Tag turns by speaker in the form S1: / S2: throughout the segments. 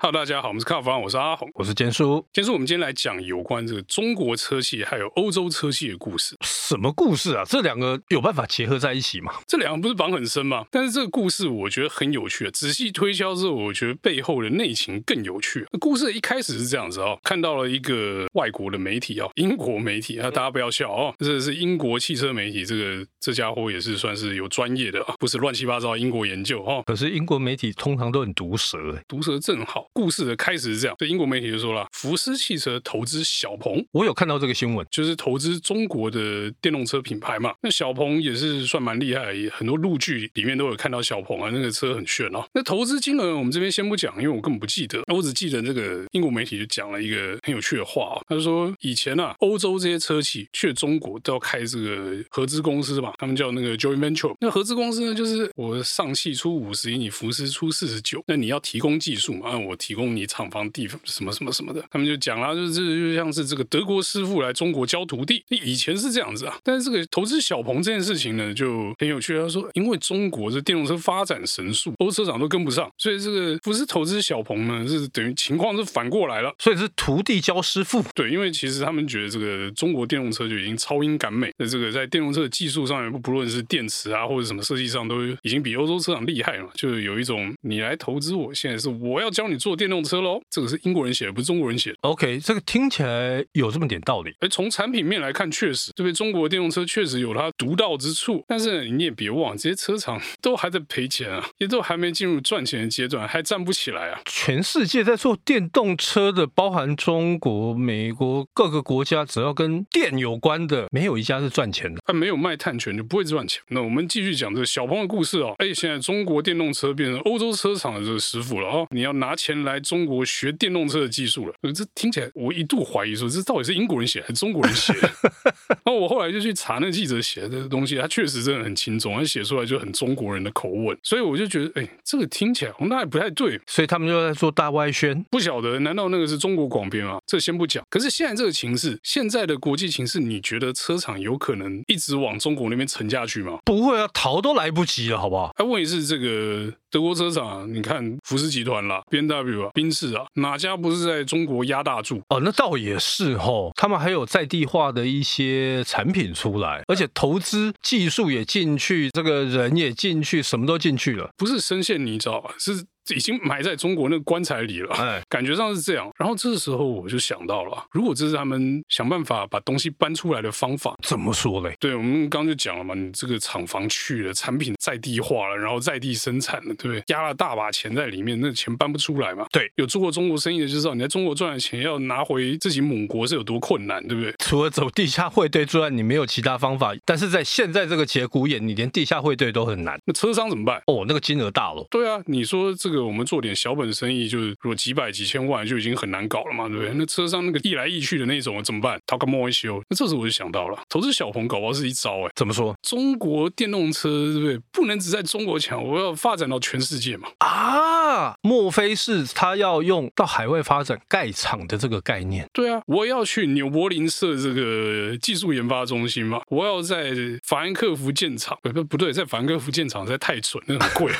S1: Hello，大家好，我们是卡方，我是阿红。
S2: 我是坚叔。
S1: 今天我们今天来讲有关这个中国车系还有欧洲车系的故事。
S2: 什么故事啊？这两个有办法结合在一起吗？
S1: 这两个不是绑很深吗？但是这个故事我觉得很有趣啊。仔细推敲之后，我觉得背后的内情更有趣。啊故事一开始是这样子哦，看到了一个外国的媒体哦，英国媒体啊，大家不要笑哦，这是英国汽车媒体，这个这家伙也是算是有专业的啊，不是乱七八糟英国研究哦。
S2: 可是英国媒体通常都很毒舌、欸，
S1: 毒舌正好，故事的开始是这样，所以英国媒体就说了，福斯汽车投资小鹏，
S2: 我有看到这个新闻。
S1: 就是投资中国的电动车品牌嘛。那小鹏也是算蛮厉害，也很多陆剧里面都有看到小鹏啊，那个车很炫哦。那投资金额我们这边先不讲，因为我根本不记得，我只记得这个英国媒体就讲了一个很有趣的话哦，他就说以前啊，欧洲这些车企去中国都要开这个合资公司嘛，他们叫那个 joint venture。那合资公司呢，就是我上汽出五十，你福斯出四十九，那你要提供技术嘛，啊，我提供你厂房、地什么什么什么的，他们就讲啦，就是就像是这个德国师傅来中国教徒弟，以前是这样子啊。但是这个投资小鹏这件事情呢，就很有趣。啊他说，因为中国这电动车发展神速，欧车厂都跟不上，所以这个不是投资小鹏呢，是等于情况是反过来了。
S2: 所以是徒弟教师傅，
S1: 对，因为其实他们觉得这个中国电动车就已经超英赶美，那这个在电动车的技术上面，不不论是电池啊或者什么设计上，都已经比欧洲车厂厉害了。就是有一种你来投资我，现在是我要教你做电动车喽。这个是英国人写的，不是中国人写的。
S2: OK，这个听起来有这么点道理。
S1: 而从产品面来看，确实这边中国的电动车确实有它独到之处，但是你也别忘，这些车厂 都还在赔钱啊，也都还没进入赚钱的阶段，还站不起来啊。
S2: 全世界在做电动车的，包含中国、美国各个国家，只要跟电有关的，没有一家是赚钱的。
S1: 它没有卖碳权就不会赚钱。那我们继续讲这个小鹏的故事哦。哎，现在中国电动车变成欧洲车厂的这个师傅了哦，你要拿钱来中国学电动车的技术了。呃这听起来我一度怀疑说，这到底是英国人写还是中国人写的？ 然后我后来就去查那记者写的东西，他确实真的很轻松，他写出来就很中国人的口吻，所以我就觉得，哎，这个听起来好像那也不太对。
S2: 所以他们就在做大外宣。
S1: 不晓得，难道那个是中国广编吗？这先不讲。可是现在这个情势，现在的国际情势，你觉得车厂有可能一直往中国那边沉下去吗？
S2: 不会啊，逃都来不及了，好不好？
S1: 哎，问题是这个德国车厂啊，你看福斯集团啦、B N W 啊、宾士啊，哪家不是在中国压大注？
S2: 哦，那倒也是吼，他们还有在地化的一些产品出来，而且投资技术也进去，这个人也进去，什么都进去了。
S1: 不是深陷泥沼啊，是已经埋在中国那个棺材里了。
S2: 哎，
S1: 感觉上是这样，然后这时候我就想到了，如果这是他们想办法把东西搬出来的方法，
S2: 怎么说嘞？
S1: 对，我们刚刚就讲了嘛，你这个厂房去了，产品在地化了，然后在地生产了，对不对？压了大把钱在里面，那钱搬不出来嘛。
S2: 对，
S1: 有做过中国生意的就知道，你在中国赚的钱要拿回自己母国是有多困难，对不对？
S2: 除了走地下汇兑之外，你没有其他方法。但是在现在这个节骨眼，你连地下汇兑都很难。
S1: 那车商怎么办？
S2: 哦，那个金额大了。
S1: 对啊，你说这个我们做点小本生意，就是如果几百几千万就已经很难搞了嘛，对不对？那车商那个一来一去的那种怎么办？他干莫一修。那这时候我就想到了，投资小鹏搞不好是一招哎、
S2: 怎么说
S1: 中国电动车对不对？不能只在中国强，我要发展到全世界嘛。
S2: 啊？莫非是他要用到海外发展盖厂的这个概念？
S1: 对啊，我要去纽柏林设这个技术研发中心嘛，我要在法兰克福建厂，呃不不不对，在法兰克福建厂实在太蠢，那很贵、啊。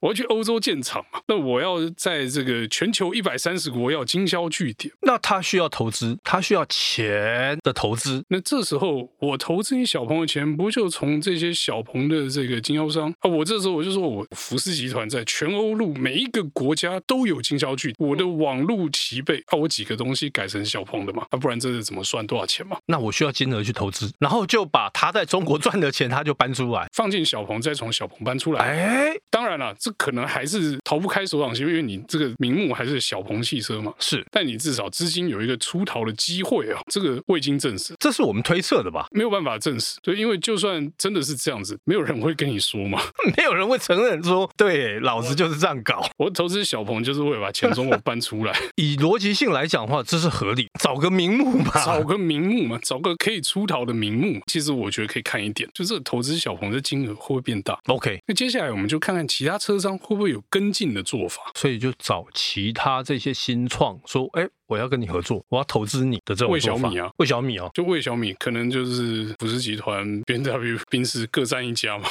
S1: 我要去欧洲建厂嘛，那我要在这个全球一百三十国要经销据点。
S2: 那他需要投资，他需要钱的投资。
S1: 那这时候我投资你小鹏的钱，不就从这些小鹏的这个经销商啊？我这时候我就说我福斯集团在全欧陆每一个国家都有经销据，我的网路齐备啊，我几个东西改成小鹏的嘛，啊，不然这是怎么算多少钱嘛？
S2: 那我需要金额去投资，然后就把他在中国赚的钱，他就搬出来。
S1: 放进小鹏，再从小鹏搬出来。
S2: 哎，
S1: 当然了，这可能还是逃不开手掌心，因为你这个名目还是小鹏汽车嘛，
S2: 是，
S1: 但你至少资金有一个出逃的机会啊，这个未经证实。
S2: 这是我们推测的吧？
S1: 没有办法证实，对，因为就算真的是这样子，没有人会跟你说嘛。
S2: 没有人会承认说，对，老子就是这样搞。
S1: 我投资小鹏就是为了把钱从我搬出来，
S2: 以逻辑性来讲的话，这是合理，找个名目吧。
S1: 找个名目嘛，找个可以出逃的名目。其实我觉得可以看一点，就是投资小鹏的金额会不会变大？
S2: OK，
S1: 那接下来我们就看看其他车商会不会有跟进的做法。
S2: 所以就找其他这些新创说，哎，我要跟你合作，我要投资你的这种
S1: 为
S2: 做
S1: 小
S2: 法。
S1: 米啊，
S2: 为小米哦，
S1: 就为小米，可能就是福斯集团、B N W、宾士各占一家嘛，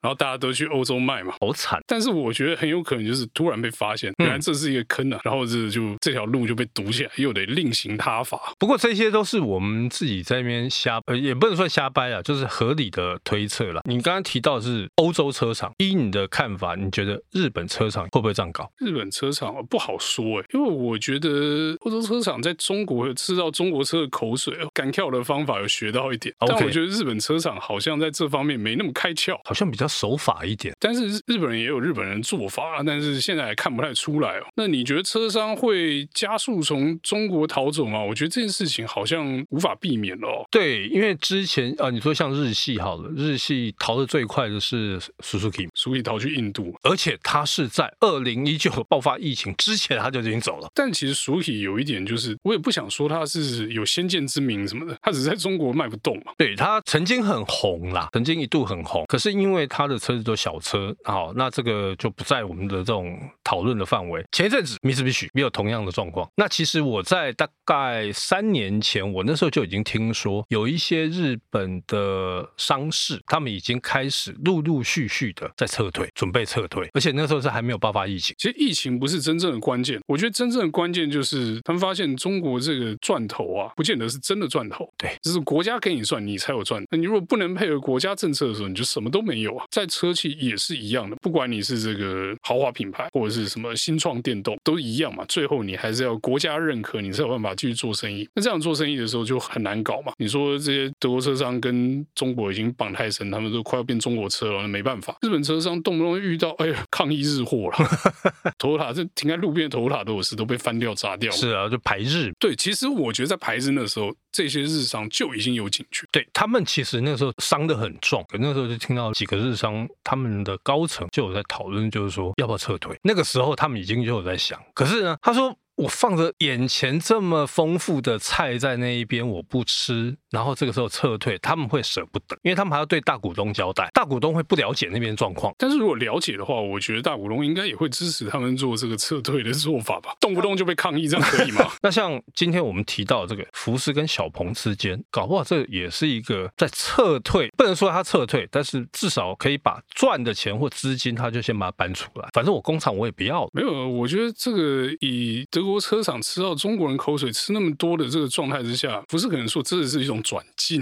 S1: 然后大家都去欧洲卖嘛。
S2: 好惨。
S1: 但是我觉得很有可能就是突然被发现，原来这是一个坑啊，然后这就这条路就被堵起来，又得另行他法。
S2: 不过这些都是我们自己在那边瞎，呃，也不能算瞎掰啊，就是合理的推测啦。你刚刚提到的是欧洲车厂，依你的看法，你觉得日本车厂会不会这样搞？
S1: 日本车厂哦不好说诶、因为我觉得欧洲车厂在中国吃到中国车的口水哦，赶跳的方法有学到一点
S2: OK
S1: 但我觉得日本车厂好像在这方面没那么开窍。
S2: 好像比较守法一点。
S1: 但是日日本人也有日本人做法，但是现在还看不太出来哦。那你觉得车商会加速从中国逃走吗？我觉得这件事情好像无法避免了哦。
S2: 对，因为之前啊、呃你说像日系好了，日系逃得最快的是 Suzuki，
S1: 所以逃去印度，
S2: 而且它是在二零一九爆发疫情之前，它就已经走了。
S1: 但其实 Suki 有一点就是，我也不想说他是有先见之明什么的，他只是在中国卖不动嘛。
S2: 对，它曾经很红啦，曾经一度很红，可是因为它的车子都小车，好，那这个就不在我们的这种讨论的范围。前一阵子 Mitsubishi 也有同样的状况。那其实我在大概三年前，我那时候就已经听说有一些日本的商事，他们已经开始陆陆续续的在撤退，准备撤退，而且那时候是还没有爆发疫情。
S1: 其实疫情不是真正的关键，我觉得真正的关键就是他们发现中国这个赚头啊，不见得是真的赚头，啊
S2: 对，
S1: 就是国家给你算，你才有赚。那你如果不能配合国家政策的时候，你就什么都没有啊。在车企也是一样的，不管你是这个豪华品牌或者是什么新创电动，都一样嘛。最后你还是要国家认可，你才有办法继续做生意。那这样做生意的时候就很难搞嘛。你说这些德国车商跟中国已经绑太深，他们都快要变中国车了，那没办法。日本车商动不动遇到哎呀抗议日货了。 头塔这停在路边的头塔都有事，都被翻掉砸掉。
S2: 是啊，就排日
S1: 对，其实我觉得在排日那时候，这些日商就已经有警觉。
S2: 对他们其实那时候伤得很重，可那时候就听到几个日商他们的高层就有在讨论，就是说要不要撤退。那个时候他们已经就有在想，可是呢，他说。我放着眼前这么丰富的菜在那一边，我不吃，然后这个时候撤退，他们会舍不得，因为他们还要对大股东交代，大股东会不了解那边状况，
S1: 但是如果了解的话，我觉得大股东应该也会支持他们做这个撤退的做法吧，动不动就被抗议，这样可以吗？
S2: 那像今天我们提到这个福斯跟小鹏之间，搞不好这也是一个在撤退，不能说他撤退，但是至少可以把赚的钱或资金，他就先把它搬出来。反正我工厂我也不要了。
S1: 没有，啊我觉得这个以德国车厂吃到中国人口水吃那么多的这个状态之下，福斯可能说真的是一种转进。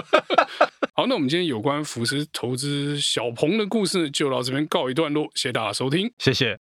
S1: 好，那我们今天有关福斯投资小鹏的故事呢就到这边告一段落，谢谢大家收听。
S2: 谢谢。